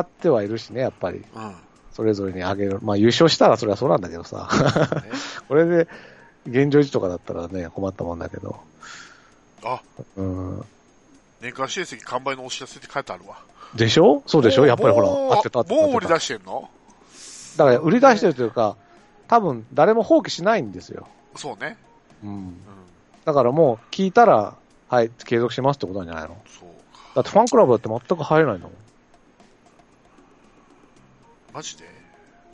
ってはいるしね、やっぱり。うん。それぞれにあげる。まあ優勝したらそれはそうなんだけどさ。ね これで、現状維持とかだったらね、困ったもんだけど。あ、うん。年間成績完売のお知らせって書いてあるわ。でしょそうでしょやっぱりほら、もう合ってた合ってたもう合売ってりた。出してんのだから売り出してるというか、多分誰も放棄しないんですよ。そうね。うん。うん。だからもう聞いたら、はい、継続しますってことなんじゃないのそうか。だってファンクラブだって全く入れないの。マジで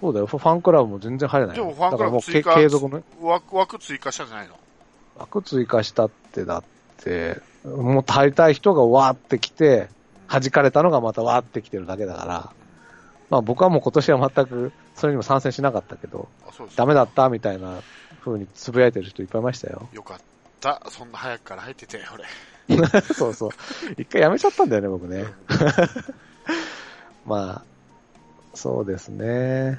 そうだよ、ファンクラブも全然入れないでの。もファンクラブだから追もうけ加継続の枠、枠追加したんじゃないの枠追加したってだって、もう足りたい人がわーって来て、弾かれたのがまたわーって来てるだけだから、まあ僕はもう今年は全くそれにも参戦しなかったけど、あ、そうです。。ダメだったみたいな風につぶやいてる人いっぱいいましたよ よかった。そんな早くから入ってて、俺。そうそう。一回やめちゃったんだよね、僕ね。まあ、そうですね。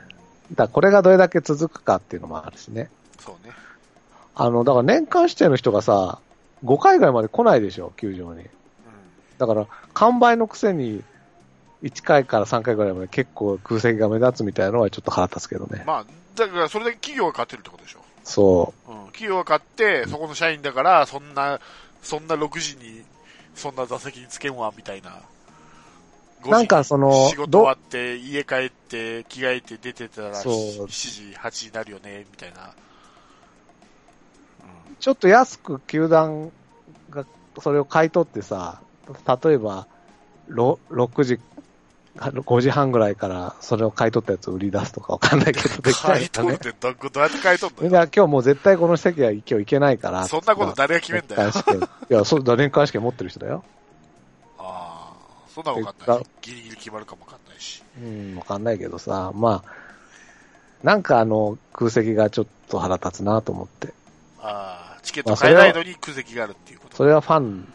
だからこれがどれだけ続くかっていうのもあるしね。そうね。あの、だから年間指定の人がさ、5回ぐらいまで来ないでしょ、球場に。うだから、完売のくせに、1回から3回ぐらいまで結構空席が目立つみたいなのはちょっと腹立つけどねん。。まあ、だからそれだけ企業が買ってるってことでしょ。そうん。企業が買って、そこの社員だから、そんな、そんな6時に、そんな座席につけんわ、みたいな。う。なんかその仕、事終わど、って、家帰って、着替えて出てたら、そう7時、8時になるよね、みたいな。ちょっと安く球団がそれを買い取ってさ、例えば、ろ6時、あの5時半ぐらいからそれを買い取ったやつを売り出すとかわかんないけど、できたら 買ねい取るってど、どうやって買い取みるんのよ。な今日もう絶対この席は今日行けないから。そんなこと誰が決めんだ 年。よ間試験いや、そうだ、年間試験持ってる人だよ。ああ、そんなわかんないだ。ギリギリ決まるかもわかんないし。うん、わかんないけどさ、まあ、なんかあの、空席がちょっと腹立つなと思って。ああ、チケット買えないのに空席があるっていうこと。それはファン、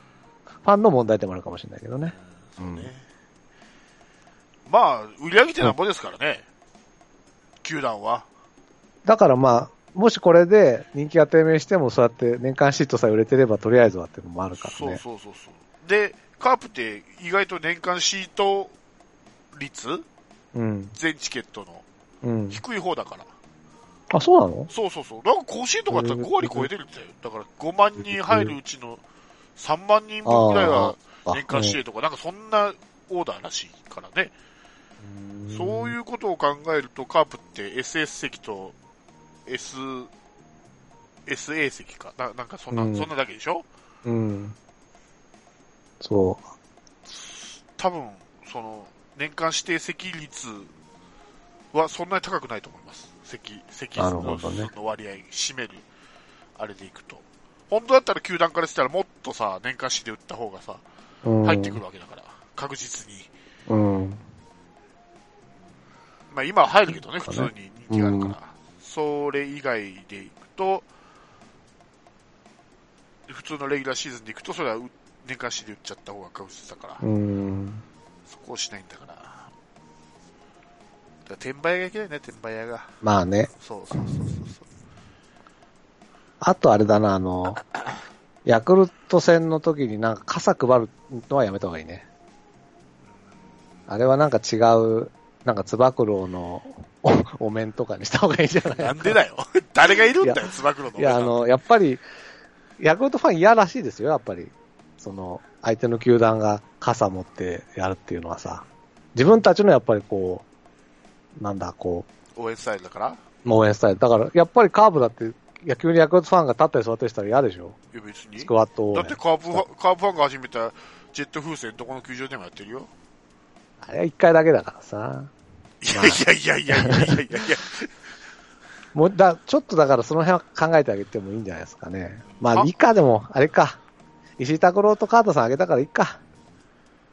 ファンの問題でもあるかもしれないけどね。うんそうね。まあ、売り上げてなんぼですからね。球団は。だからまあ、もしこれで人気が低迷しても、そうやって年間シートさえ売れてればとりあえずはっていうのもあるからね。そうそうそうそう。で、カープって意外と年間シート率うん、全チケットのうん。低い方だから。あ、そうなのそうそうそう。なんか甲子園とかだったら5割超えてるってよ。だから5万人入るうちの3万人分ぐらいはあ年間試合とか、なんかそんなオーダーらしいからね。そうういうことを考えると、カープって SS 席と S、SA 席か。ななんかそんな、うんそんなだけでしょん。うん。そう。多分、その、年間指定席率はそんなに高くないと思います。席、席な数るほのどね割合、占める、あれでいくと。本当だったら球団からしたらもっとさ、年間指定打った方がさ、うん、入ってくるわけだから、確実に。うん。まあ今は入るけどね、普通に人気があるから。うんそれ以外でいくと、普通のレギュラーシーズンでいくと、それはう年間指定打っちゃった方が確実だから。うん。そこをしないんだから。だから転売屋がいけないね、転売屋が。まあね。そうそうそうそうそう。あとあれだな、あの、ヤクルト戦の時になんか傘配るのはやめた方がいいね。あれはなんか違う、なんかつば九郎のおお面とかにした方がいいんじゃ ない なんでだよ。誰がいるんだよ、つば九郎の。いや、あの、やっぱり、ヤクルトファン嫌らしいですよ、やっぱり。その、相手の球団が傘持ってやるっていうのはさ、自分たちのやっぱりこう、なんだ、こう、応援スタイルだから。応援スタイル。だから、やっぱりカーブだって、野球にヤクルトファンが立ったり座ったりしたら嫌でしょいや、別に。スクだワット応援。ってカープファン、カープファンが始めたジェット風船、どこの球場でもやってるよ。あれは一回だけだからさ。いやいやいやいやいやいやいや いや。もうだ、ちょっとだからその辺は考えてあげてもいいんじゃないですかね。まああ、いいか、でも、あれか。石井拓郎とカートさんあげたからいいか。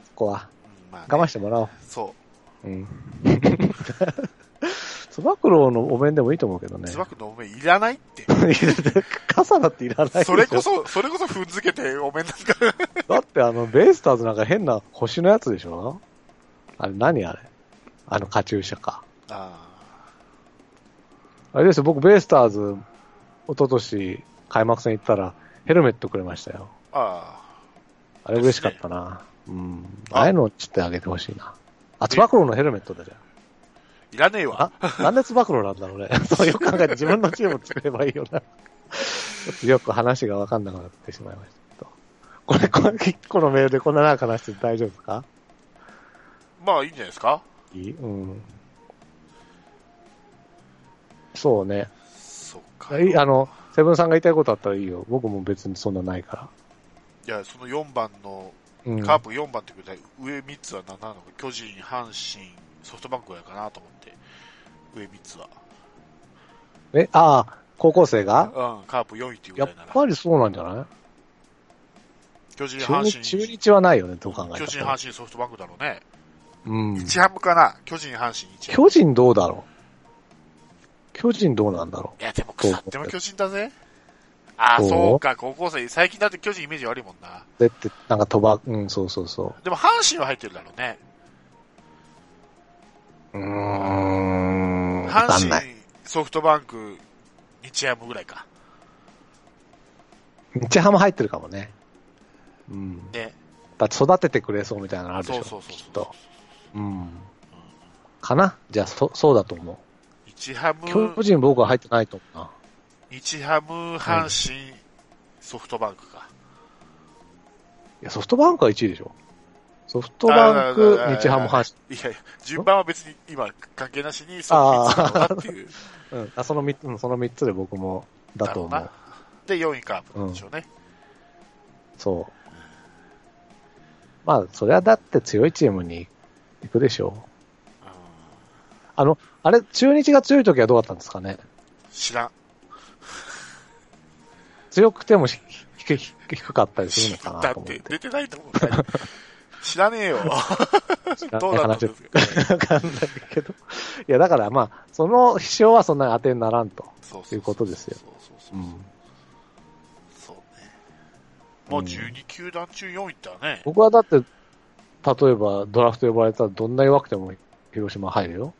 そこは。うんまあね我慢してもらおう。そ うん。つば九郎のお面でもいいと思うけどう。ねつ。ば九郎のお面いらないって。傘だっていらないでしょそれこ。そ、それこそ踏んづけてお面なんか。だってあの、ベイスターズなんか変な星のやつでしょあれ何あれあの、カチューシャか。ああれですよ、僕ベイスターズ、一昨年開幕戦行ったら、ヘルメットくれましたよ。あ。ああ。あれ嬉しかったな。うん。ああいうのちょっとあげてほしいな。あ、つば九郎のヘルメットだじゃん。いらねえわ。あ、なんでつば九郎なんだろうね。 そうよく考えて自分のチームを作ればいいよな。ちょっとよく話がわかんなくなってしまいましたけど。これ、これ一個のメールでこんな長く話して大丈夫ですかまあ、いいんじゃないですかいいうん。そうね。そっあか。いいいあの、セブンさんが言いたいことあったらいいよ。僕も別にそんなないかや、その4番の、ら。うん。カープ4番ってくらい、上3つは何なのか、巨人、阪神、ソフトバンクぐらいかなと思って、上3つは。え、ああ、高校生がうん、カープ4位っていうぐやらっいなら。ぱりそうなんじゃない巨人、中阪日神、中日はないよね、どう考えた巨ら。人、阪神、ソフトバンクだろうね。うん。一ハムかな巨人、阪神、一ハ巨ム。人どうだろう巨人どうなんだろいや、でも腐っても巨人だぜ。ああ、そうそうか、高校生。最近だって巨人イメージ悪いもんな。うだって、なんか飛ば、うん、そうそうそでも阪神は入ってるだろうね。う。うーん。わ阪かん神ない。、ソフトバンク、日ハムぐらいか。日ハム入ってるかもね。うん。ね。だって育ててくれそうみたいなのあるでしそょ。うそうそうきっそうと。。うん。かなじゃあ、そ、そうだと思う。日ハム、巨人僕は入ってないと思うな。日ハム、阪神、ソフトバンクか。いや、ソフトバンクは1位でしょ。ソフトバンクああああああ、日ハム、阪いやいや、順番は別に今関係なしに、そうだろうなっていう。神。うん。あ、その3つ、うんその三つで僕も、だと思だろうな。。で、4位カープなんでしょうね。そう。まあ、それはだって強いチームに行くでしょうんう。あの、あれ、中日が強い時はどうだったんですかね知らん。強くてもひひひ低かったりするのかなだと思っってて。出てないと思う。知らねえよ。 どうだなった話んではすか。わかんないけど。いや、だからまあ、その秘書はそんなに当てにならんと。そ ういうことですよそうそうそうう。ん。そうね。まあ、うん12球団中4位だね。僕はだって、例えばドラフト呼ばれたらどんな弱くても広島入るよ。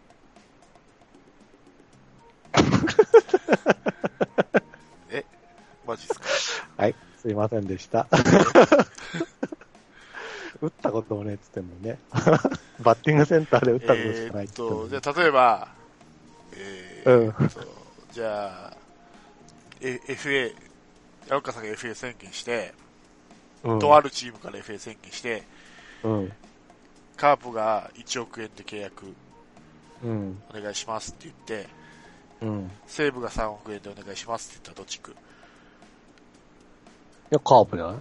マジっ すか。はい、すいませんでした。 打ったこともねえっつってんのにね。 バッティングセンターで打ったことしえかないっーつっってんのにと、じゃあ例えば、えーっと、じゃあ、え FA、山岡さんが FA 宣言して、うんとあるチームから FA 宣言して、うん。カープが1億円で契約うん。お願いしますって言って、うん。い西武が3億円でお願いしますって言ったらどっち行くや、カープじゃない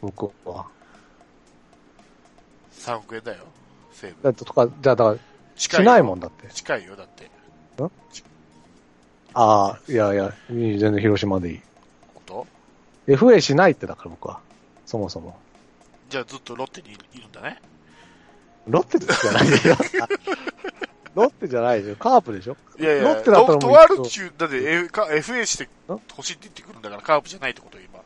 僕は。 3億円だよ、西だ武。ってとか、じゃあだから、近しないん。もんだって。近いよ、だって。ああ、いやいや、いい全然広島でいい。本当 FA しないってだから僕は。そもそも。じゃあずっとロッテにいるんだね。ロッテじゃない よ。ロッテじゃないでしょ。カープでしょ。いやいや、ロッテだったらもうとある中、だって、F、か FA して欲しいって言ってくるんだから、カープじゃないってことよ、今。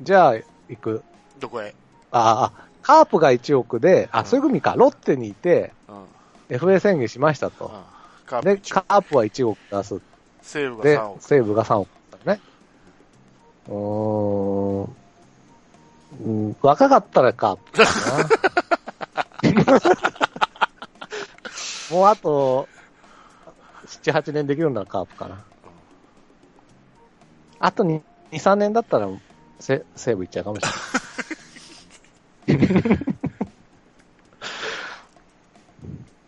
じゃあ、行く。どこへ。ああ、カープが1億で、あ、そういう組か、ロッテにいて、うん。うん。 FA 宣言しましたと。カープで、一カープは1億出す。西武がで3、億。西武が3億だったね。うーん。うん、若かったらカープかな。もうあと、7、8年できるならカープかな。あと2、3年だったら、せ西武行っちゃうかもしれない。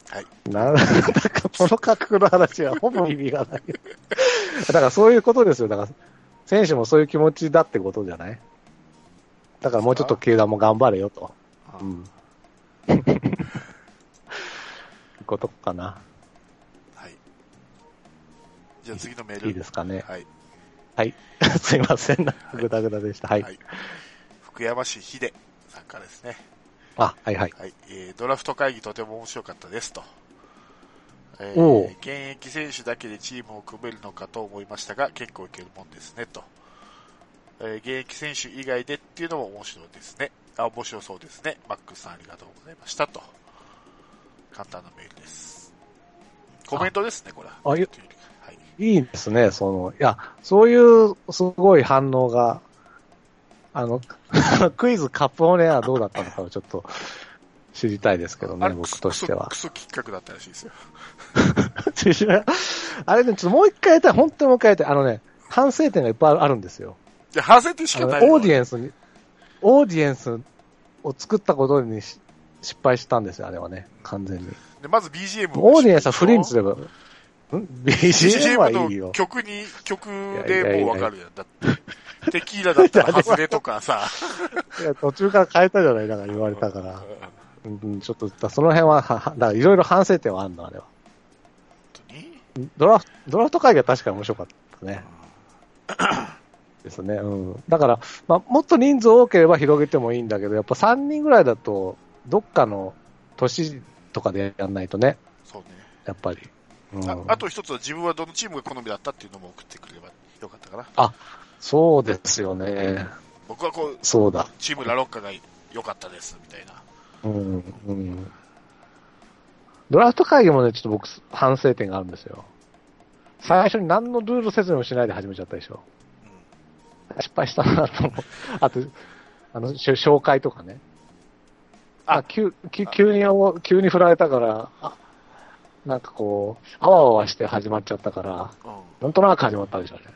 はい。なん だか、この価格の話はほぼ意味がない。 だからそういうことですよ。だから、選手もそういう気持ちだってことじゃないだからもうちょっと球団も頑張れよと。あうん。 いうことかな。はい。じゃあ次のメール。いいですかね。はい。はい。 すいません。なんかぐだぐだでした。はい。はい。福山市秀さんからですね。あ、はいはい。はい。えードラフト会議とても面白かったですと。えおうー、現役選手だけでチームを組めるのかと思いましたが、結構いけるもんですねと。えー現役選手以外でっていうのも面白いですね。あ、面白そうですね。マックスさんありがとうございましたと。簡単なメールです。コメントですね、これは。あいやというよりかはい。いいですね。その、いや、そういうすごい反応があの、 クイズカップオンエアどうだったのかをちょっと知りたいですけどあね、れ、僕としてはク。ソクソ企画だったらしいですよ。 あれね、ちょっともう一回やりたい、本当にもう一回やりたい。あのね、反省点がいっぱいあるんですよ。いや、反省点しあかのないよ。オーディエンスに、オーディエンスを作ったことにし失敗したんですよ、あれはね、完全に。でまず BGM をオーディエンスはフリーにすれば、ん ?BGM はいい BGM のよ。曲に、曲いやいやいでやもうわかるやん。だって、テキーラだったら外れとかさ。いや途中から変えたじゃない、だから言われたから。本うんうん、ちょっと、だからその辺は、 ははだからいろいろ反省点はあるの、あれは。当にドラフドラフト会議は確かに面白かった ね。ですね。うん。だから、まあ、もっと人数多ければ広げてもいいんだけど、やっぱ3人ぐらいだと、どっかの都市とかでやんないとね、そうね。やっぱり。うん、ああと一つは自分はどのチームが好みだったっていうのも送ってくればよかったかな。そうですよね。僕はこう、そうだ。チームラロッカが良かったです、みたいな。うん。うん。ドラフト会議もね、ちょっと僕、反省点があるんですよ。最初に何のルール説明もしないで始めちゃったでしょ。失敗したなと思う。 あと、あの、し紹介とかね。ああ、急、急急に思う、急に振られたから、あなんかこう、あわあわして始まっちゃったから、うん。うん。なんとなく始まったでしょうね。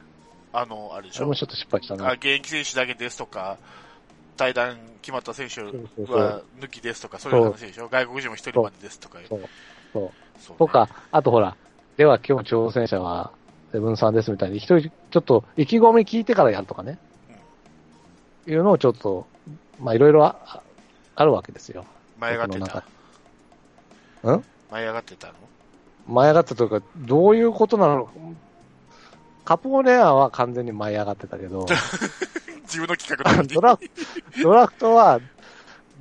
あの、あれでしそれょも。ちょっと失敗したあ、な。現役選手だけですとか、対談決まった選手そうそはう抜きですとか、そういう話でしょ。外国人も一人までですとか。そう。そう。そうねとか、あとほら、では今日挑戦者は、セブンさんですみたいに、一人、ちょっと意気込み聞いてからやるとかね。いうのをちょっと、まあ、いろいろああるわけですよ。舞い上がって僕の中た。うん舞い上がってたの舞い上がってたというか、どういうことなのカポネアは完全に舞い上がってたけ ど、自分の企画な のにド。ラドラフトは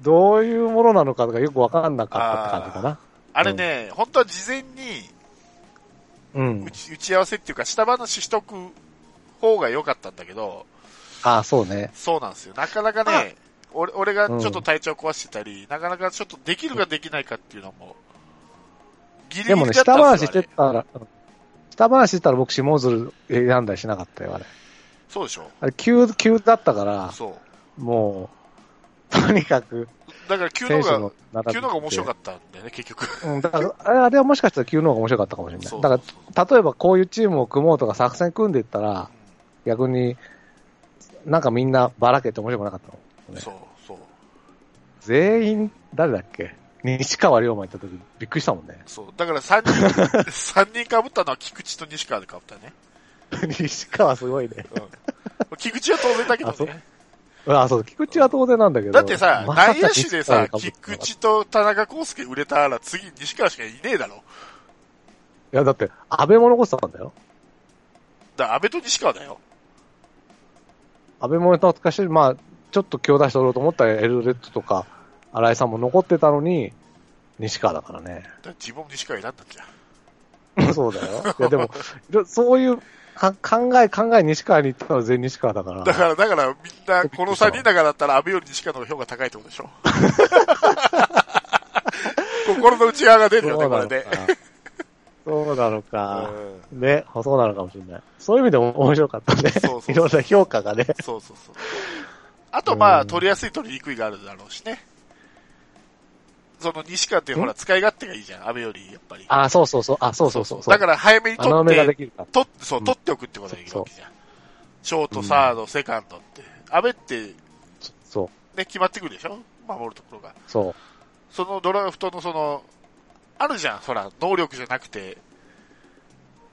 どういうものなのかとかよくわかんなかったって感じかな。あれね、本当は事前にうん打。ち打ち合わせっていうか、下話しとく方が良かったんだけど、ああ、そうね。そうなんですよ。なかなかね、俺俺がちょっと体調壊してたり、なかなかちょっとできるかできないかっていうのも、ギリギでリもね、だっ下たん話ですしよ。てあれたら、下話してたら僕、下鶴選んだりしなかったよ、あれ。そうでしょあれ、急、急だったから、そう。もう、とにかく、だから急の選手がの、並び急のが面白かったんだよね、結局。た。うん、だから、あれあれはもしかしたら急の方が面白かったかもしれな そうい。だかそうそら、う例えばこういうチームを組もうとか作戦組んでいったら、逆に、なんかみんなばらけて面白くなかったの。ねそう、そう、。全員、誰だっけ西川龍馬行った時びっくりしたもんね そう。だから3 人、三人被ったのは菊池と西川で被ったね。西川すごいね。 うん。菊池は当然だけあそどうね。あ、そう、菊池は当然なんだけど。だってさ、まさか内野手でさ、西川が被ってなか菊ったい池と田中康介売れたら次西川しかいねえだろ。や、だって、安倍も残ってたんだよ。だから安倍と西川だよ。安倍も懐かしい。まあ、ちょっと強打しておろうと思ったら、エルレッドとか、新井さんも残ってたのに、西川だからねだ。から自分も西川選んだじゃ ん。そうだよ。いや、でも、いろそういうか考え、考え西川に行ったら全員西川だから。だから、だからみんな、 この3人だからだったら安倍より西川の方が評価高いってことでしょ。 心の内側が出るよね、これで。そうなのか。うんね、そうなのかもしれない。そういう意味でも面白かったね。そうそうそういろんな評価がね。そうそうそう。あと、まうあ、ん取りやすい、取りにくいがあるだろうしね。その西川ってほら、使い勝手がいいじゃん、安倍より、やっぱり。あ、そうそうそう。あ、そうそうそう。だから早めに取穴埋っめがでて、きるから。取って、そう、うん取っておくってことができるわけじゃん。ショート、サード、セカンドって。安倍って、ね、そう、決まってくるでしょ守るところが。そう。そのドラフトのその、あるじゃん、ほら、能力じゃなくて、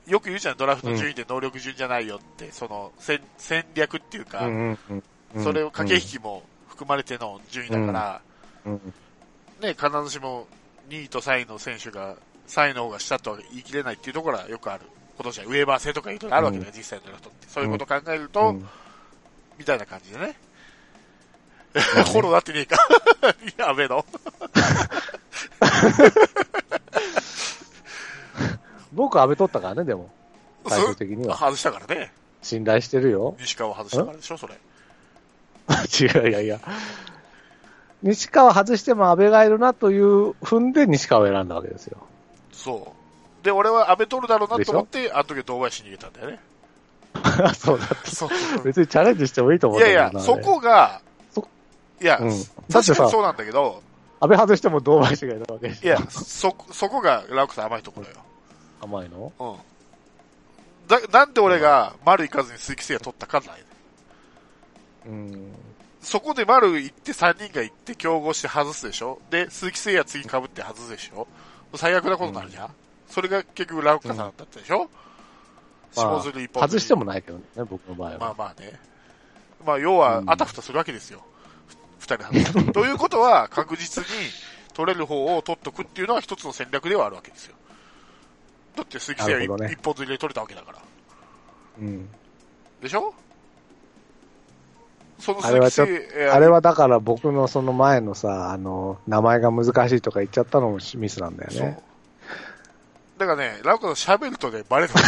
よく言うじゃん、ドラフト順位で能力順じゃないよって、その戦、戦略っていうか、んうんうそれを駆け引きも含まれての順位だから、き。うんね、必ずしも2位と3位の選手が、3位の方が下とは言い切れないっていうところはよくある。ことじゃん、ウェーバー制とかいうのがあるわけだよ、実際のドラフトって。そういうことを考えると、うんみたいな感じでね。 フォローなってねえか。やべえの。僕、安倍取ったからね、でも。最終的には。外したからね。信頼してるよ。 西川を外したからでしょ、それ。違う、いやいや。西川外しても安倍がいるなという踏んで西川を選んだわけですよ。そう。で、俺は安倍取るだろうなと思って、あの時は堂林逃げたんだよね。あ そうだ。そうそう別にチャレンジしてもいいと思 いうやいんだやけど、なそこがそ、いや、うん確だってかにさそうなんだけど、安倍外しても同倍しがいたわけでしょいや、そ、そこがラウクさん甘いところよ。甘いのうん。だ、なんで俺が丸行かずに鈴木誠也取ったかない。うん。そこで丸行って3人が行って競合して外すでしょで、鈴木誠也次被って外すでしょ最悪なことになるじゃん、それが結局ラウカさんだったでしょ、まあ下鶴一本釣外りしてもないけどね、僕の場合は。まあまあね。まあ要は、うんあたふたするわけですよ。ふ二人外 す。ということは、確実に取れる方を取っとくっていうのは一つの戦略ではあるわけですよ。だって鈴木誠なるほど也ね一本釣りで取れたわけだから。うん。でしょそのあれはちょっと鈴木誠也あれはだから僕のその前のさ、あの、名前が難しいとか言っちゃったのもミスなんだよそうね。。だからね、ラウコさん喋るとね、バレる。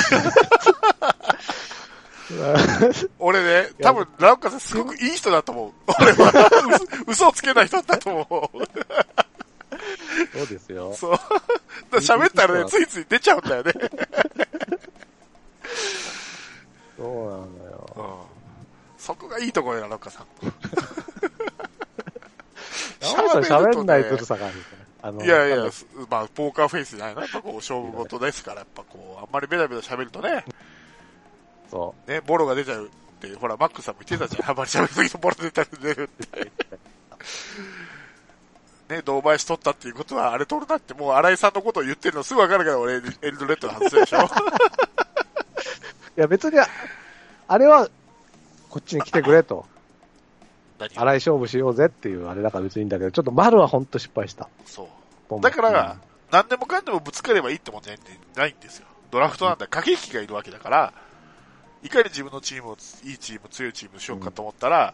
俺ね、多分ラウカさんすごくいい人だと思う。俺は、嘘嘘をつけない人だと思う。そうですよ。そう。 だから喋ったらいいね、人ついつい出ちゃうんだよね。 そうなのよ。うんそこがいいところよ、ラウカさん。 山さん喋んないとねさがあるからあのいやいや、すまあ、ポーカーフェイスじゃないな。やっぱこう、勝負事ですから、やっぱこう、あんまりベラベラ喋るとね、そね、ボロが出ちゃうって、ほら、マックさんも言ってた じゃん。あんまり喋るときボロ出たり出るって。ね、同林取ったっていうことは、あれ取るなって、もう新井さんのことを言ってるのすぐわかるから、俺、エルドレッドの外すで しょ。う。いや別に、あれは、こっちに来てくれと。何荒い勝負しようぜっていうあれだから別にいいんだけど、ちょっと丸はほんと失敗した。そう。ボンボだンから、、何でもかんでもぶつかればいいってもんじゃないんでないんですよ。ドラフトなんだ。駆け引きがいるわけだから、いかに自分のチームを、いいチーム、強いチームにしようかと思ったら、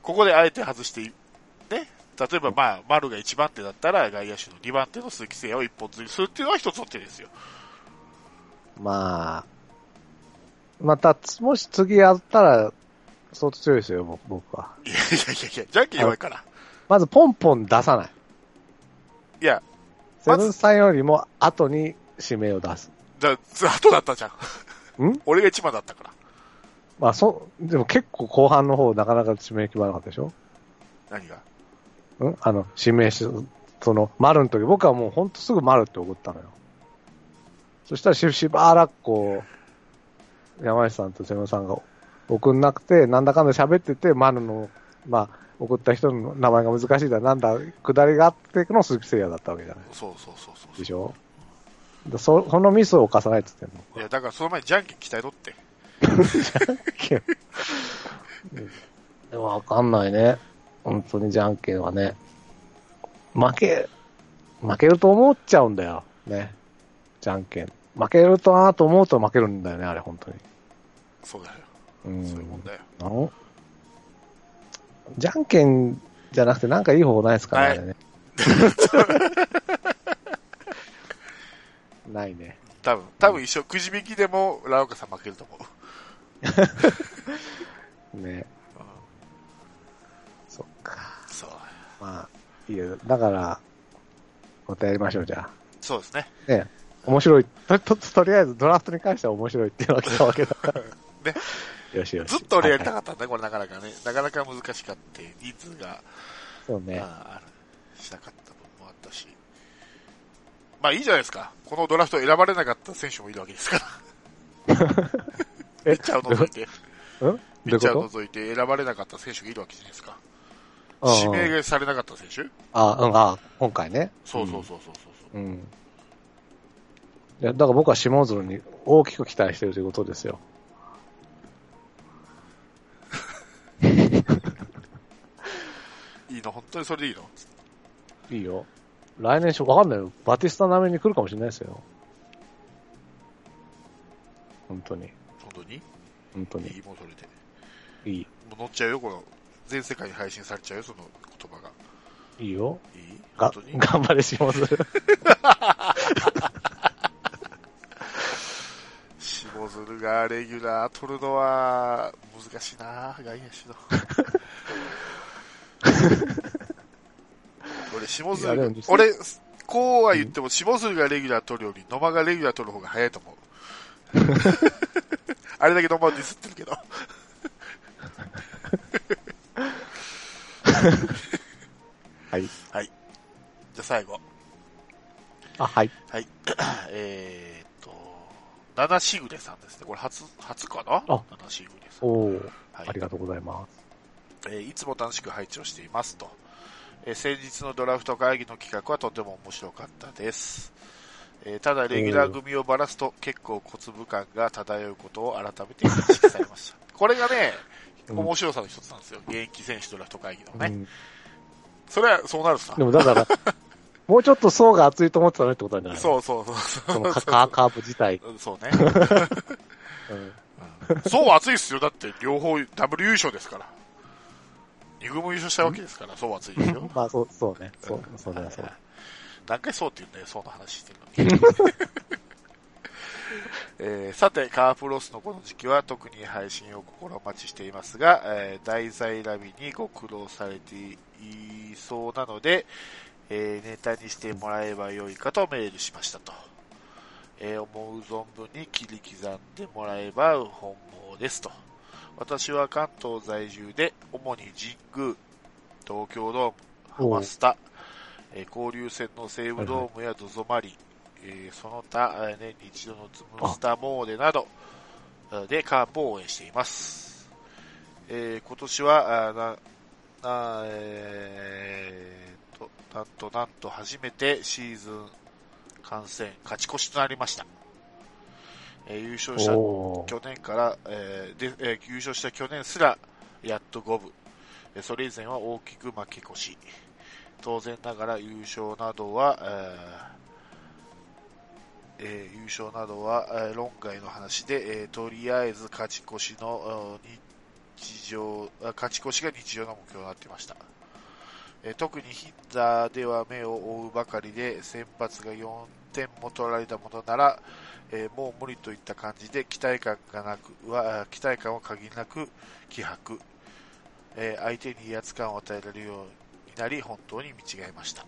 ここであえて外してい、ね。例えば、まあ、丸が1番手だったら、外野手の2番手の鈴木誠也を一本釣りするっていうのは一つの手ですよ。うんまあ、また、つもし次やったら、相当強いですよ、僕僕は。いやいやいやいや、じゃんけん弱いから。まず、ポンポン出さない。いや、セまずブンさんよりも後に指名を出す。じゃあ、ずっとだったじゃん。ん俺が1番だったから。まあ、そ、でも結構後半の方、なかなか指名決まらなかったでしょ何がんあの、指名し、その、丸の時、僕はもうほんとすぐ丸って送ったのよ。そしたらし、しばらくこう、山内さんと瀬野さんが送んなくて、なんだかんだ喋ってて、丸の、まあ、送った人の名前が難しいだ、なんだ、下りがあっての鈴木誠也だったわけじゃない。そうそうそうそうでしょだそそのミスを犯さないっつってんの。いや、だからその前にじゃんけん期待取って。でもわかんないね。本当にじゃんけんはね。負け、負けると思っちゃうんだよ。ね。じゃんけん。負けるとなと思うと負けるんだよね、あれ、本当に。そうだよ。うそういうもんん。だよ。なんじゃんけんじゃなくてなんかいい方法ないですかね、はいあれ ね。ないね。多分、多分一生、くじ引きでも、ラオカさん負けると思う。ね。そっか。そう。まあ、いいよ。だから、またやりましょう、じゃあ。そうですね。 ね、面白い。と、と、とりあえずドラフトに関しては面白いっていうわけなわけだから。 ね。よしよし。ずっと俺やりたはいかったんだ、これなかなかね。なかなか難しかった。人数が、はいそうね。まあ、あるしなかった分もあったし。まあいいじゃないですか。このドラフト選ばれなかった選手もいるわけですから。ピ えッチャーを除いて、うんどうピいッうチャーこを除いて選ばれなかった選手がいるわけじゃないですか。と指名うんがされなかった選手あ、うん、あ、今回ね。そうそうそうそうそうそうう。ん。うん。いや、だから僕は下鶴に大きく期待してるということですよ。いいの本当にそれでいいのいいよ。来年しょ、わかんないよ。バティスタ並みに来るかもしれないですよ。本当に。本当に本当にい。いもうそれで。いい。もう乗っちゃうよ、この。全世界に配信されちゃうよ、その言葉が。いいよ。いい本が当に、頑張れ、下 鶴。下鶴がレギュラー取るのは難しいな外野 手の。俺、下いやで鶴も、実際俺、こうは言っ ても、下鶴がレギュラー取るより、野間がレギュラー取る方が早いと思う。あれだけど、まあディスってるけど。はい。じゃあ最後。あ、はい。はい。えーっと、七しぐれさんですね。これ初、初かなあ七しぐれさん。おー、はありがとうございます。えーいつも楽しく配置をしていますと、えー先日のドラフト会議の企画はとても面白かったです、えーただレギュラー組をばらすと結構小粒感が漂うことを改めて認識されましたこれがねうん面白さの一つなんですよ現役選手ドラフト会議のね、うんそれはそうなるさでもだから、 もうちょっと層が厚いと思ってたねってことなんじゃないそうそうそうそうそのカカーカーブ自体。うんそうねうんそう熱いっすよだって両方ダブル優勝ですから2軍も優勝したわけですから、そう熱いですよ。まあ、そう、そうね。そう、そうだよそうだよ。何回そうって言うんだよ、そうの話してるのに。 えーさて、カープロスのこの時期は特に配信を心待ちしていますが、えー題材選びにご苦労されていそうなので、えーネタにしてもらえばよいかとメールしましたと。えー思う存分に切り刻んでもらえば本望ですと。私は関東在住で、主に神宮、東京ドーム、ハマスタ、えー交流戦の西武ドームや ZOZO マリン、えーその他、えー年に一度のズムスタモーデなどえーでカープを応援しています。えー今年は、あーな、なえーっと、なんとなんと初めてシーズン観戦勝ち越しとなりました。えー優勝したおー去年から、えーでえー優勝した去年すらやっと五分、えーそれ以前は大きく負け越し当然ながら優勝などは、えーえー優勝などは、えー論外の話で、えーとりあえず勝ち越しのうん日常あ勝ち越しが日常の目標になっていましたえー特にヒッターでは目を追うばかりで先発が4点も取られたものなら、えーもう無理といった感じで期待感がなくは期待感を限りなく希薄、えー相手に威圧感を与えられるようになり本当に見違えました、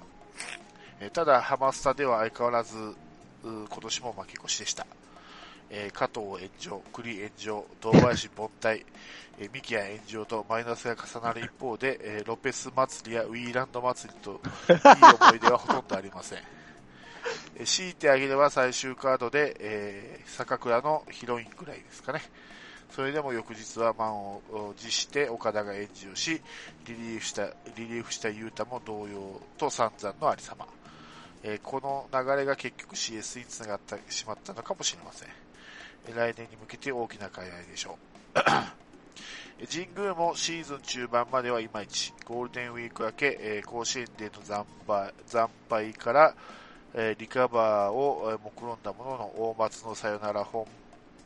えーただハマスタでは相変わらずうー今年も負け越しでした、えー加藤炎上、栗炎上、堂林凡退、えーミキア炎上とマイナスが重なる一方で、えーロペス祭りやウィーランド祭りといい思い出はほとんどありません。えー強いてあげれば最終カードで、えー坂倉のヒロインくらいですかね。それでも翌日は満を持して岡田が炎上し、リリーフした、リリーフした雄太も同様と散々のありさま。えーこの流れが結局 CS につながってしまったのかもしれません。えー来年に向けて大きな会合でしょう。えー神宮もシーズン中盤まではいまいち、ゴールデンウィーク明け、えー甲子園での惨敗惨敗から、えーリカバーをえー目論んだものの、大松のサヨナラホ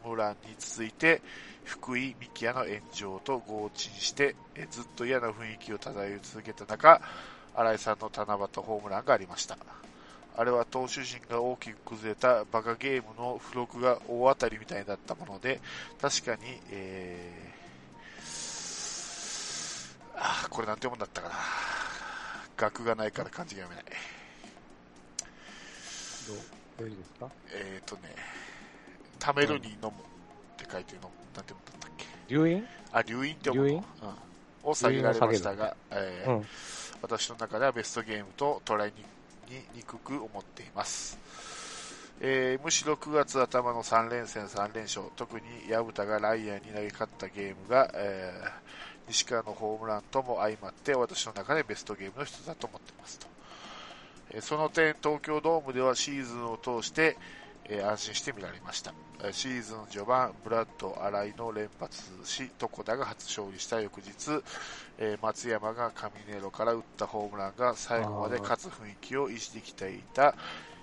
ームランに続いて、福井幹也の炎上と合鎮して、えーずっと嫌な雰囲気を漂い続けた中、新井さんの七夕ホームランがありました。あれは投手陣が大きく崩れたバカゲームの付録が大当たりみたいだったもので、確かに、えー、あーこれなんて読むんだったかな。額がないから漢字が読めない。どういいですかえっ、ー、とね、ためるに飲むって書いて飲む。なんて読むんだったっけ。留飲あ、留飲って読むの留飲うん。を下げられましたが、えーうん。私の中ではベストゲームと捉えににくく思っています、えーむしろ9月頭の3連戦3連勝特に薮田がライアンに投げ勝ったゲームが、えー西川のホームランとも相まって私の中でベストゲームの一つだと思っていますと、えーその点東京ドームではシーズンを通して、えー安心して見られましたえーシーズン序盤ブラッド新井の連発し床田が初勝利した翌日えー松山がカミネロから打ったホームランが最後まで勝つ雰囲気を維持できていた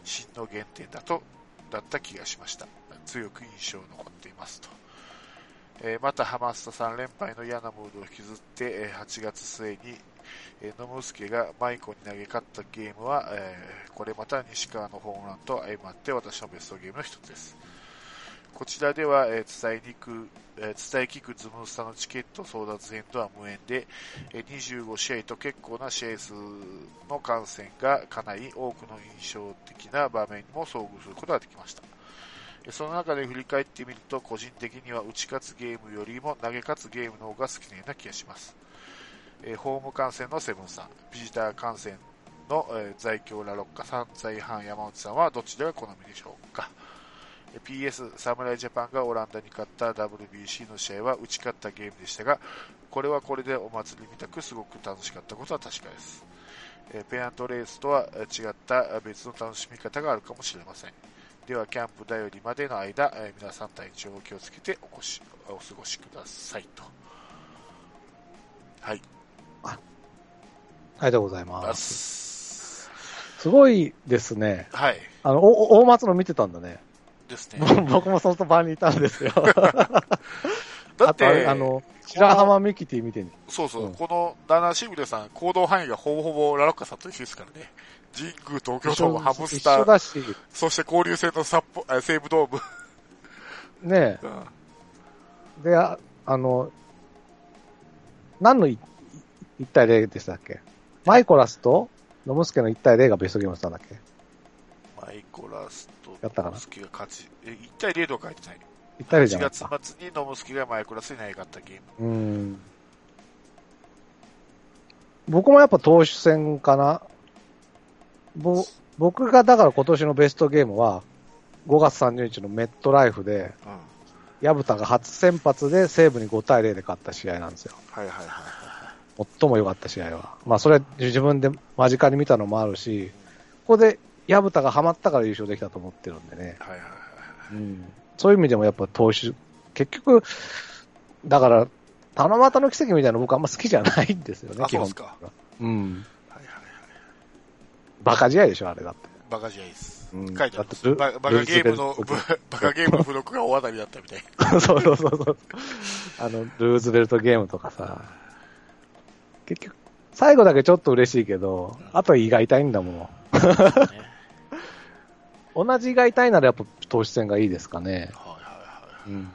真の原点だとだった気がしました強く印象に残っていますと、えーまたハマスタ3連敗の嫌なムードを引きずって、えー8月末に、えー、野村介がマイコに投げ勝ったゲームは、えーこれまた西川のホームランと相まって私のベストゲームの一つですこちらでは、えー伝えにく、えー伝え聞くズムスタのチケット争奪編とは無縁で、えー25試合と結構な試合数の観戦がかなり多くの印象的な場面にも遭遇することができました。その中で振り返ってみると、個人的には打ち勝つゲームよりも投げ勝つゲームの方が好きなような気がします。えーホーム観戦のセブンさん、ビジター観戦の、えー在京ラロッカさん、在阪山内さんはどちらが好みでしょうか。えー PS、侍ジャパンがオランダに勝った WBC の試合は打ち勝ったゲームでしたが、これはこれでお祭りみたくすごく楽しかったことは確かです。えーペナントレースとはえー違った別の楽しみ方があるかもしれません。では、キャンプだよりまでの間、えー皆さん体調を気をつけておこしお過ごしくださいと。はい、ありがとうございま。ますす。すごいですね。はい、あの、おお大松の見てたんだね。ですね。 僕僕もそのそばにいたんですよ。だあって、とあれ、あの、白浜ミキティ見てみそうそう、うんこのダナシブレさん、行動範囲がほぼほぼラロッカさんと一緒ですからね。神宮、東京ドーム、ハムスタ一緒ー、だし、そして交流戦の札幌、えー西武ドーム。ねうんえ。で、ああの、何のい一対0でしたっけマイコラスと、ノムスケの一対0がベストゲームだったんだっけマイコラスとやったかなノムスキが勝ち、え、1対0とは書いてない。一対0じゃ1なかっ月た。末にノムスキがマイコラスに投げ勝ったゲーム。うん。僕もやっぱ投手戦かな。ぼ、僕がだから今年のベストゲームは、5月30日のメットライフで、うん。はい矢蓋が初先発で西武に5対0で勝った試合なんですよ。はいはいは最も良かった試合は。まあそれは自分で間近に見たのもあるし、ここで矢蓋がハマったから優勝できたと思ってるんでね。い。はいはいはい。そういう意味でもやっぱ投手、結局、だから、七夕の奇跡みたいなの僕あんま好きじゃないんですよね、あ、基そうで本す。か。うん。はいはいはい。バカ試合でしょ、あれだって。バカ試合です。うん書いてあるだってルババカゲームのルーズベル、 バカゲームの付録が大当たりだった みたい。そうそうそうそう。あの、ルーズベルトゲームとかさ。結局、最後だけちょっと嬉しいけど、あとは胃が痛いんだもん。ね同じ胃が痛いならやっぱ投手戦がいいですかね。はいはいはい。うん。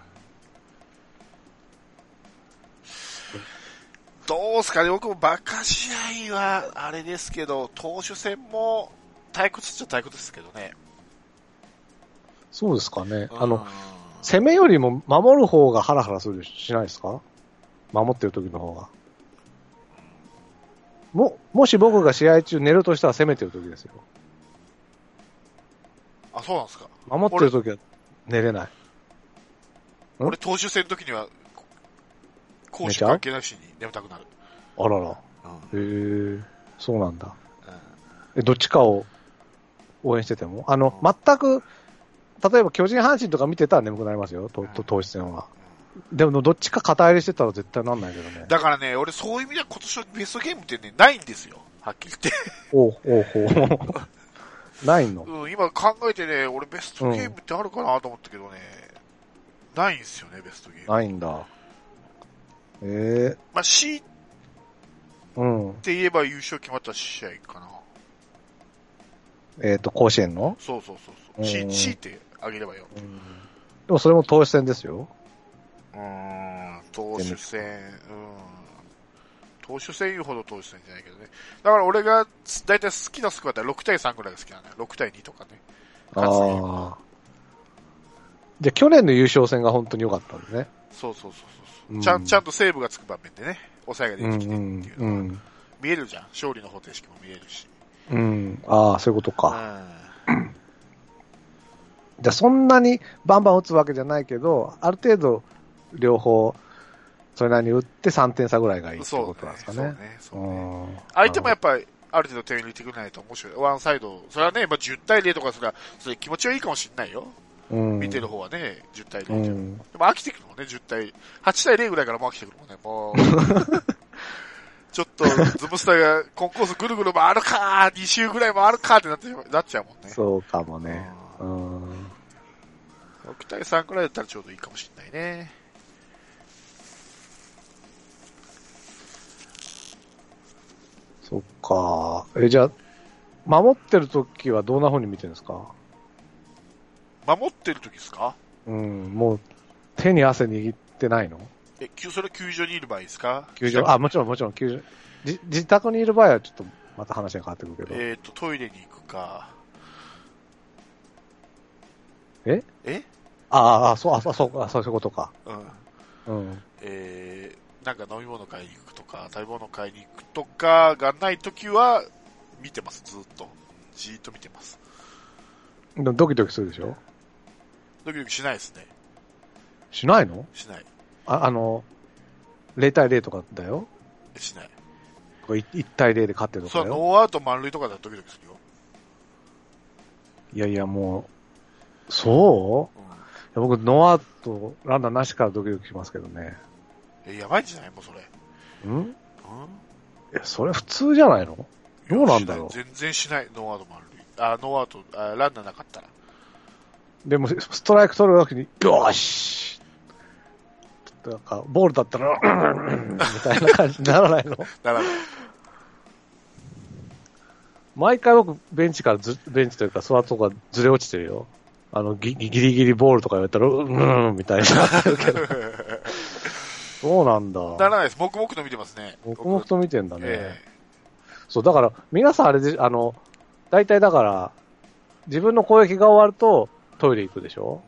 どうすかね僕もバカ試合は、あれですけど、投手戦も、退屈っちゃ退屈ですけどね。そうですかね。あうんの、、攻めよりも守る方がハラハラするしないですか守ってる時の方が。も、もし僕が試合中寝るとしたら攻めてる時ですよ。あ、そうなんですか。守ってる時は寝れない。ん俺、投手戦の時には、こ攻寝守ちゃう関係なしに眠たくなる。あらら。うん。うん。へえ、そうなんだ。え、どっちかを応援しててもあの、全く、例えば巨人阪神とか見てたら眠くなりますよ、とと投手戦は。でも、どっちか肩入れしてたら絶対なんないけどね。だからね、俺、そういう意味では今年のベストゲームってね、ないんですよ。はっきり言って。おう、おう、ほ う。ないのうん、今考えてね、俺、ベストゲームってあるかなと思ったけどね、ないんですよね、ベストゲーム。ないんだ。ええまあ、強いうん。て言えば優勝決まった試合かな。えっ、と、甲子園のそうそうそうそうう。ん強い強いてあげればよ。でもそれも投手戦ですよ。うーん、投手戦、うん。投手戦言うほど投手戦じゃないけどね。だから俺が、だいたい好きなスコアだったら6対3くらいが好きなのよ。6対2とかね。勝つねああ。じゃあ去年の優勝戦が本当に良かったんですね。そうそうそうそう、うんちゃん。ちゃんとセーブがつく場面でね、抑えが出てきてっていうのが、ん。見えるじゃん。勝利の方程式も見えるし。うん。ああ、そういうことうか。んじゃあそんなにバンバン打つわけじゃないけど、ある程度、両方、それなりに打って3点差ぐらいがいいってそうことなんですかそうね。ね。そううねん相手もやっぱり、ある程度点を入れてくれないと面白い。ワンサイド、それはね、まあ、10対0とかすら、それ気持ちはいいかもしんないよ。うん見てる方はね、10対0ってういうのはん。でも飽きてくるもんね、10対、8対0ぐらいからもう飽きてくるもんね、もう。 ちょっと、ズムスターがコンコースぐるぐる回るかー、2周ぐらい回るかーってなってしまなっちゃうもんね。そうかもね。うん。うん6対3くらいだったらちょうどいいかもしれないね。そっか。え、じゃあ、守ってる時はどんな風に見てるんですか守ってる時ですかうん、もう、手に汗握ってないのえ、球それ球場にいる場合ですか球場、あ、もちろんもちろん、球場。じ自宅にいる場合はちょっと、また話が変わってくるけど。えっ、と、トイレに行くか、ええああ、そう、あ、そう、そうあそういうことか。うん。うん。えー、なんか飲み物買いに行くとか、食べ物買いに行くとかがないときは、見てます、ずーっと。じーっと見てます。でもドキドキするでしょドキドキしないですね。しないのしない。あ、あの、0対0とかだよ。しない。これ1対0で勝ってるとそかう、だノよ。ーアウト満塁とかだとドキドキするよ。いやいや、もう、そうういや僕、ノーアウト、ランナーなしからドキドキしますけどね。ん。え、やばいんじゃないもうそれ。んうえ、それ普通じゃないのんどうなんだろうしない全然しない、ノーアウト満塁。あ、ノーアウト、あランナーなかったら。でも、ストライク取るときに、よーしなんか、ボールだったら、うんみたいな感じにならないのならない。 毎回僕、ベンチからず、ベンチというか、座るとこがずれ落ちてるよ。あの、ぎギリギリボールとか言われたら、うん、うんみたいになってるけど。 そうなん なだ。らないです。黙々と見てますね。 黙々と見てんだね。ええそう、だから、皆さんあれで、あの、大体だから、自分の攻撃が終わると、トイレ行くでしょ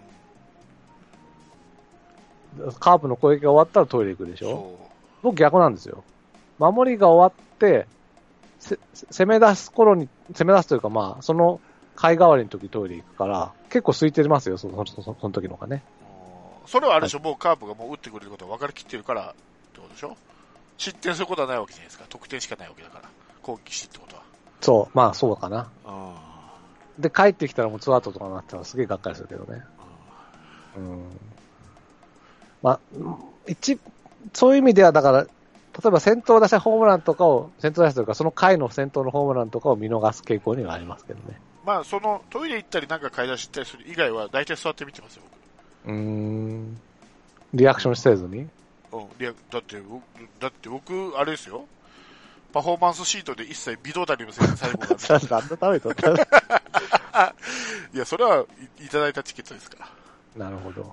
カープの攻撃が終わったらトイレ行くでしょそ僕逆なんですよ。守りが終わって、せ攻め出す頃に、攻め出すというかまあ、その、買い代わりの時トイレ行くから、結構空いてますよ、その、そのその時のがね。う。それはあれでしょ、もうカープがもう打ってくれることは分かりきってるからってことでしょ失点することはないわけじゃないですか。得点しかないわけだから。攻撃してってことは。そう、まあそうかな。あで、帰ってきたらもうツーアウトとかになってたらすげえがっかりするけどね。うん。まあ、一、そういう意味ではだから、例えば先頭打者ホームランとかを、先頭打者というか、その回の先頭のホームランとかを見逃す傾向にはありますけどね。まあ、その、トイレ行ったりなんか買い出し行ったりする以外は大体座って見てますよ、うーん。リアクションせずに僕。うん。リアだって、僕だって僕、あれですよ。パフォーマンスシートで一切微動だりもせず最後まで 見てさ何のために撮ったのいや、それはいいただいたチケットですから。 なるほど。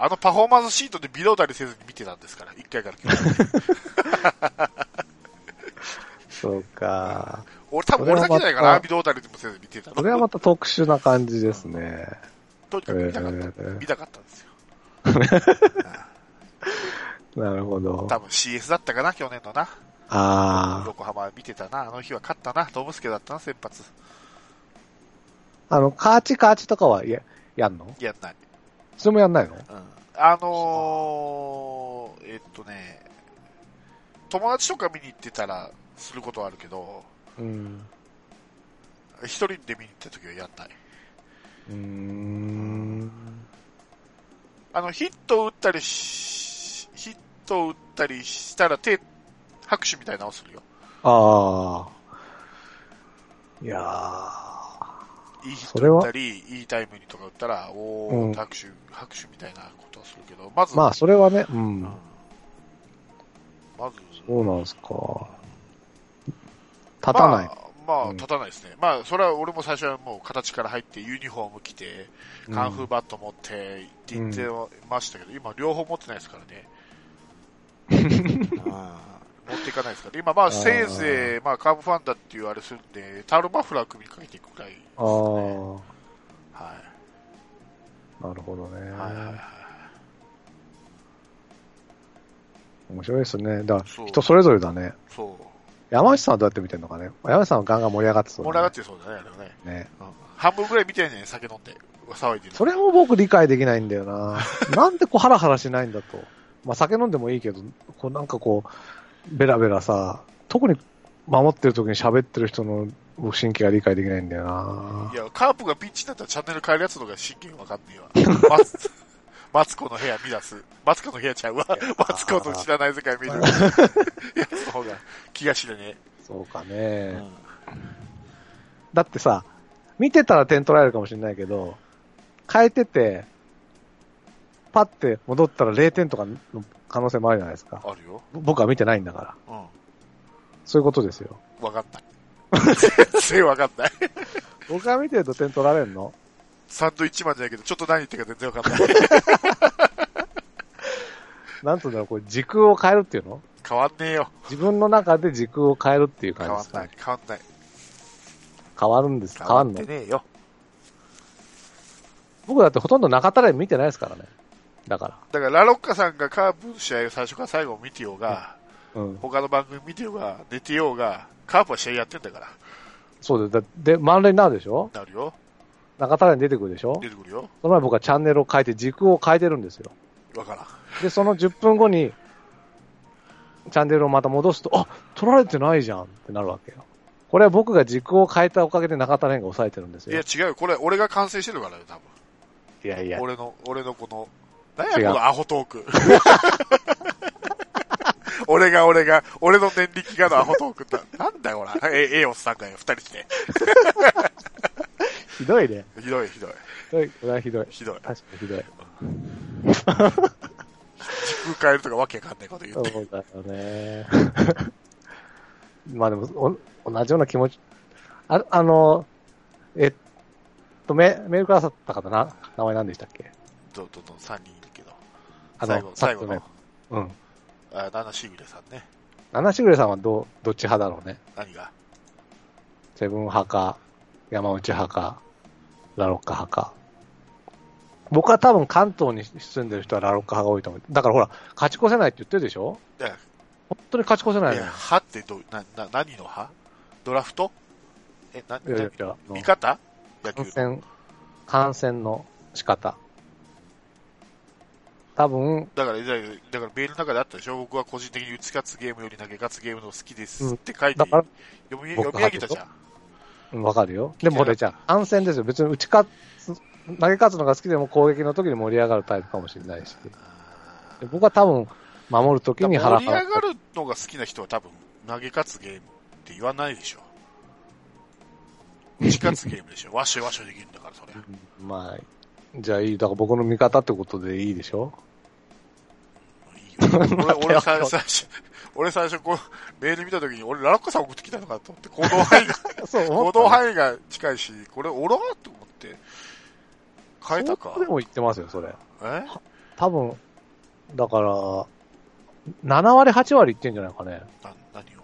あのパフォーマンスシートで微動だりせずに見てたんですから、1回から9回。 そうか。俺多分俺だけじゃないかそれはまな、た微動だりでもせず見てたの。これはまた特殊な感じですね。とにかく見たかった。えー見たかったんですよ。なるほど。多分 CS だったかな、去年のな。あ横浜見てたな、あの日は勝ったな、ドブスケだったな、先発。あ。あの、カーチカーチとかはや、やんのやんない。それもやんないのうん。あのー、えっとね、友達とか見に行ってたらすることはあるけど、うん。一人で見に行った時はやんない。うーん。あの、ヒットを打ったりし、ヒットを打ったりしたら手、拍手みたいなのをするよ。ああ。いやー。いいヒッそトれは打ったり、いいタイムにとか打ったら、おー、うん拍手、拍手みたいなことはするけど、まず、まあ、それはね、ううんん。まず、そうなんですか。立たない。まあ、まうあ、ん立たないですね。まあ、それは俺も最初はもう形から入って、ユニフォーム着て、カンフーバット持って、って言ってましたけど、今両方持ってないですからね。 あー持っていかないですから。今、まあ、あーせいぜい、まあ、カーブファンだっていうあれするんで、タオルマフラー組みかけていくくらいですね。ああ。はい。なるほどね。はいはいはい。面白いですね。だかそら、う人それぞれだね。そう。山内さんはどうやって見てるのかね。山内さんはガンガン盛り上がってそう、盛り上がってそうだね、あれはね。て。ね。うん半分ぐらい見てないね、酒飲んで。騒いでる。。それも僕理解できないんだよな。なんでこうハラハラしないんだと。まあ酒飲んでもいいけど、こうなんかこう、ベラベラさ、特に守ってる時に喋ってる人の僕神経が理解できないんだよないや、カープがピッチになったらチャンネル変えるやつの方が真剣わかんねえわ。マツ、 マツコの部屋見出す。マツコの部屋ちゃうわ。マツコの知らない世界見る。 やつの方が気が知れねそうかえ。ねう。んだってさ、見てたら点取られるかもしれないけど、変えてて、パって戻ったら0点とかの可能性もあるじゃないですか。あるよ。ぼ僕は見てないんだから。うそういうことですよ。ん。わかんない。全然わかんない。僕が見てると点取られるのサンドイッチマンじゃないけど、ちょっと何言ってるか全然わかんない。なんつうんだろう、これ時空を変えるっていうの変わんねえよ。自分の中で時空を変えるっていう感変じわでんすか、ないね。、変わんない。変わるんです。変わんっのてねえよ。僕だってほとんど中田で見てないですからね。だかだから、ラロッカさんがカープの試合を最初から最後見てようが、ら。うん。他の番組見てようが、寝てようが、カープは試合やってんだから、そうで、だで、満塁になるでしょなるよ。中田に出てくるでしょ出てくるよ。その前僕はチャンネルを変えて、軸を変えてるんですよ。わからん。で、その10分後に、チャンネルをまた戻すと、あ取られてないじゃんってなるわけよ。これは僕が軸を変えたおかげで中田蓮が抑えてるんですいや、よ。違うよ。これ、俺が完成してるからよ、多いやいや分。俺の、俺のこの、何違うや、このアホトーク。 俺が、俺が、俺の年力がのアホトークだ。なんだよ、ほら。え、ええおっさんだよ、二人して。ひどいね。ひどい、ひどい、ひどい。これはひどい。ひどい。確かにひどい。時空変えるとかわけわかんないこと言って。そうだよね。 まあでもお、同じような気持ち。ああの、えっと、メメールくださった方な、名前何でしたっけどんどんどん3人いるけど。あ最後、サ最ッ後クメのン。うん。あ、ナナシグレさんね。七しぐれさんはどう、どっち派だろうね。何がセブン派か、山内派か、ラロッカ派か。僕は多分関東に住んでる人はラロッカ派が多いと思う。だからほら、勝ち越せないって言ってるでしょいや、本当に勝ち越せないいのや、よ。歯ってどう、な、な、何の歯ドラフトえ、な、いやいやないや、あの見方野球感。染、感染の仕方。多分、だから、だからだからメールの中であったでしょ僕は個人的に打ち勝つゲームより投げ勝つゲームの方が好きですって書いて、だから読み、僕読み上げたじゃん。うんわかるよ。でも俺じゃあ、感染ですよ。別に打ち勝つ、投げ勝つのが好きでも攻撃の時に盛り上がるタイプかもしれないし。で僕は多分、守る時だにか腹ら盛がり上がるのが好きな人は多分、投げ勝つゲームって言わないでし ょ。打ち勝つゲームでしょ。わっしょいわっしょいできるんだから、 それ。まあ、じゃあいい。だから僕の味方ってことでいいでし ょいいよ俺、俺さ、最初、俺最初こう、メール見た時に、俺、ララッカさん送ってきたのかと思って、行動範囲 が、そう行動範囲が近いし、これ、おらと思って、変えたかで。も言ってますよ、それ。え多分、だから、7割、8割いってんじゃないかね。な、何を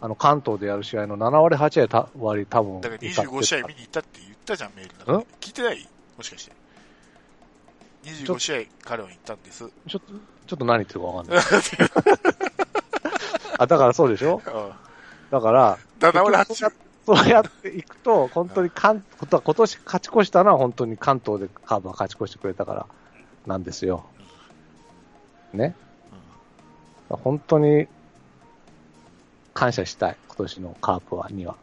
あの、関東でやる試合の7割、8割多分。だから25試合見に行ったって言ったじゃん、メールの中で。聞いてないもしかして。25試合彼は行ったんです。ちょっと、ちょっと何言ってるかわかんない。 あ、だからそうでしょだから、 7割8分。そうやっていくと、本当に関、こと今年勝ち越したのは本当に関東でカーブが勝ち越してくれたからなんですよ。ね。本当に感謝したい、今年のカープは、には。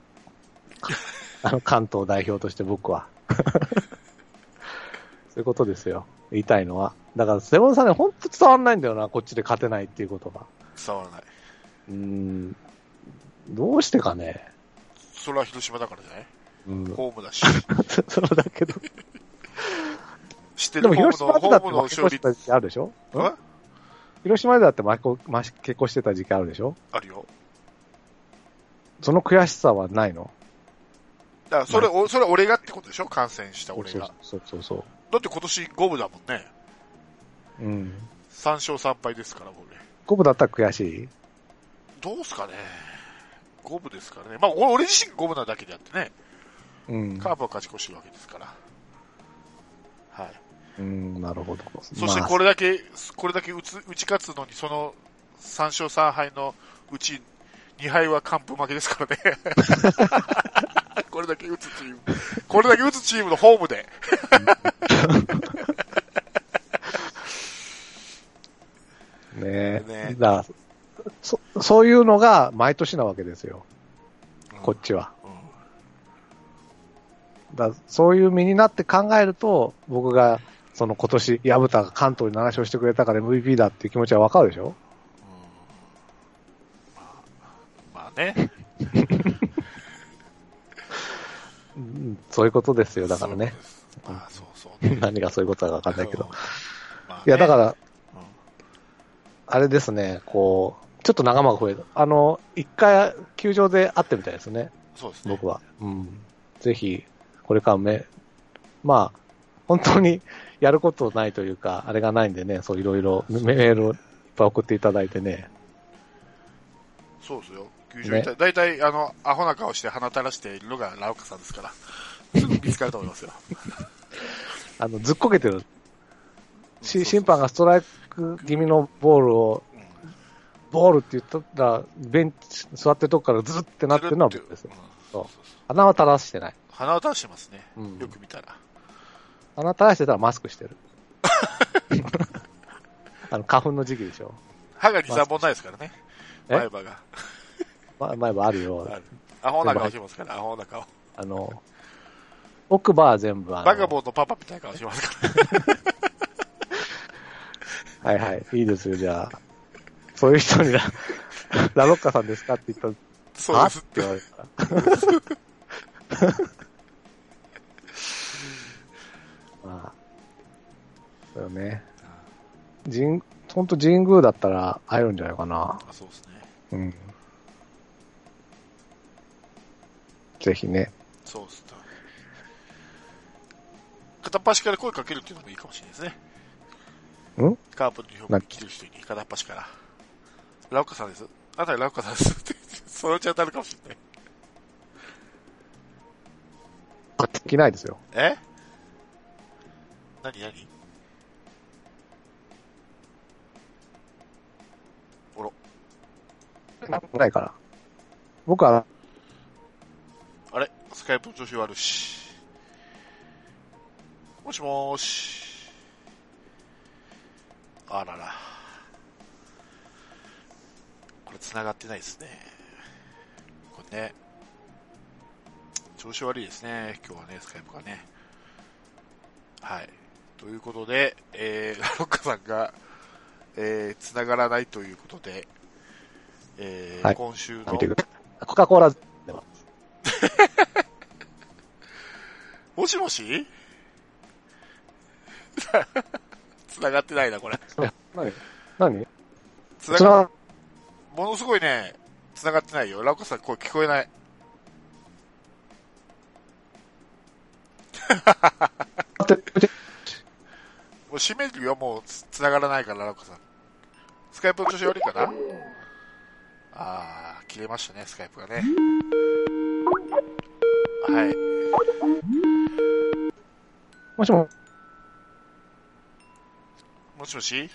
あの、関東代表として僕は。 そういうことですよ。言いたいのは。だから、セブンさんね、本当伝わんないんだよな、こっちで勝てないっていうことが。伝わらなうい。ーん。どうしてかね。それは広島だからじゃないうん。ホーム だし。そうだけど。知ってでるもホーム広島の、でホだっーてムの負け勝越し率。た時期あるでしょん広島でだって負けこ負け越してた時期あるでしょあるよ。その悔しさはないのだから、それ、おそれ俺がってことでしょ感染した俺が。そうそうそうそだって今年五分だもんね。う。うん。 3勝3敗ですから、俺。五分だったら悔しいどうすかね。五分ですからね。まあ、俺俺自身五分なだけであってね。うん。カープは勝ち越してるわけですから。はうい。ん、なるほど。そしてまあこれだけ、これだけ打つ打ち勝つのに、その3勝3敗のうち2敗は完封負けですからね。これだけ打つチーム。これだけ打つチームのホームで。ねねだからそ、そういうのが毎年なわけですよ。こっちは。だそういう身になって考えると、僕が、その今年、矢蓋が関東に7勝してくれたから MVP だっていう気持ちはわかるでしょまあね。うん、そういうことですよ、だからね。そうです。まあそうそう、ね。何がそういうことだかわかんないけど。まあねいや、だから、んあれですね、こう、ちょっと仲間が増えた。あの、一回、球場で会ってみたいですね、そうですね。僕は。うん。ぜひ、これからめ、まあ、本当に やることないというか、あれがないんでね、そういろいろメメールをいっぱい送っていただいてね。そうですよ。球場行ったら、大体、あの、アホな顔して鼻垂らしているのがラオカさんですから。すぐ見つかると思いますよ。あの、ずっこけてる。うしん審判がストライク気味のボールを、ボールって言ったら、ベンチ、座ってるとこからズルってなってるのは僕ですようん。そう鼻は垂らしてない。鼻を出してますねうん。よく見たら。鼻垂らしてたらマスク してる。あの、花粉の時期でしょ。歯が2、3本ないですからね。え前歯が。ま、前歯あるよあ。るアホな顔してますから、アホな顔。あの、奥歯は全部あの、バカボンのパパみたいな顔してますから。はいはい、いいですよ、じゃあ。そういう人 にラ、ラロッカさんですかって言ったら、そうですはって言われた。まあ、そうよね。神、ほんと神宮だったら入るんじゃないかな。あそうですね。うん。ぜひね。そうですね。片っ端から声かけるっていうのもいいかもしれないですね。んカープの日本に来てる人に片っ端から。ラオカさんです。あなたラオカさんです。って、そのうち当たるかもしれ聞きないですよ。ない。え何何おろ、ないから。僕は、あれスカイプの調子悪いし。もしもーし。あらら。これ繋がってないですね。これね。調子悪いですね。今日はね、スカイプがね。はい。ということで、えー、ラ ロッカさんが、えー、繋がらないということで、えーはい今週見てくのだ、コカ・コーラ、もしもし 繋がってないな、これ。何何繋それが、はものすごいね、繋がってないよ。ラオカさん声聞こえない。もう閉めるよ、もうつ繋がらないから、ラオカさん。スカイプの調子悪いかなあー、切れましたね、スカイプがね。はい。もしも、もしもし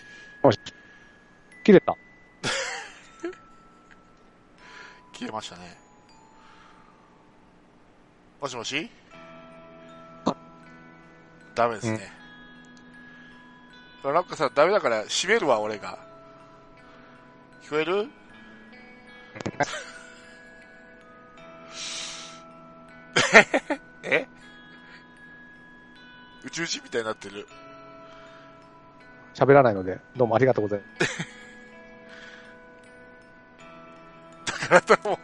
切れた。切れましたね。もしもしダメですね。ラッカさんダメだから閉めるわ、俺が。聞こえるえ宇宙人みたいになってる。喋らないので、どうもありがとうございます。体も。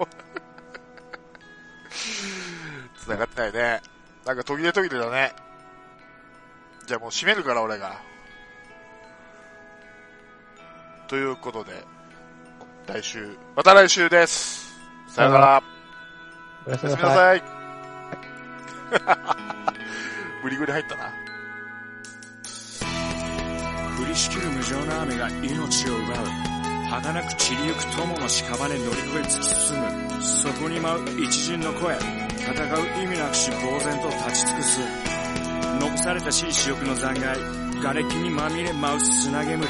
繋がってないね。なんか途切れ途切れだね。じゃあもう閉めるから、俺が。ということで、来週、また来週です。さよなら。おやすおみやなすみなさい。さい。 無理ぐり入ったな。降りしきる無情な雨が命を奪う儚く散りゆく友の屍に乗り越え突き進むそこに舞う一陣の声戦う意味なくし呆然と立ち尽くす残されたしい死翼の残骸瓦礫にまみれ舞う砂煙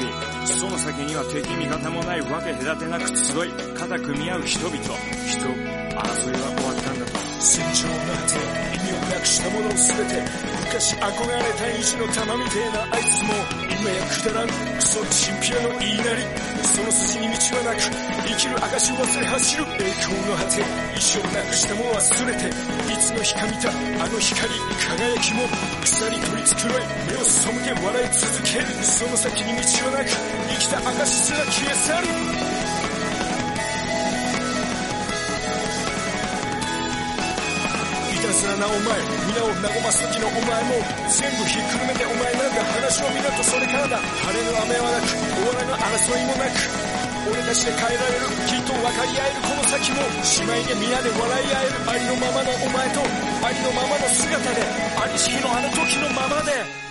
その先には敵味方もないわけ隔てなく集い肩組み合う人々人争いは終わったんだと戦場の果て意味をなくしたもの全て昔憧れた意地の玉みてえなあいつも今やくだらんクソチンピラの言いなりその筋に道はなく生きる証を忘れ走る栄光の果て意地をなくしたもの忘れていつの日か見たあの光輝きも草に取り繕い目を背け笑い続けるその先に道はなく生きた証すら消え去るいたずらなお前皆を和ます時のお前も全部ひっくるめてお前なんか話を見ろとそれからだ晴れの雨はなく終わらぬ争いもなく俺たちで変えられるきっと分かり合えるこの先もしまいで皆で笑い合えるありのままのお前とありのままの姿でありしきのあの時のままで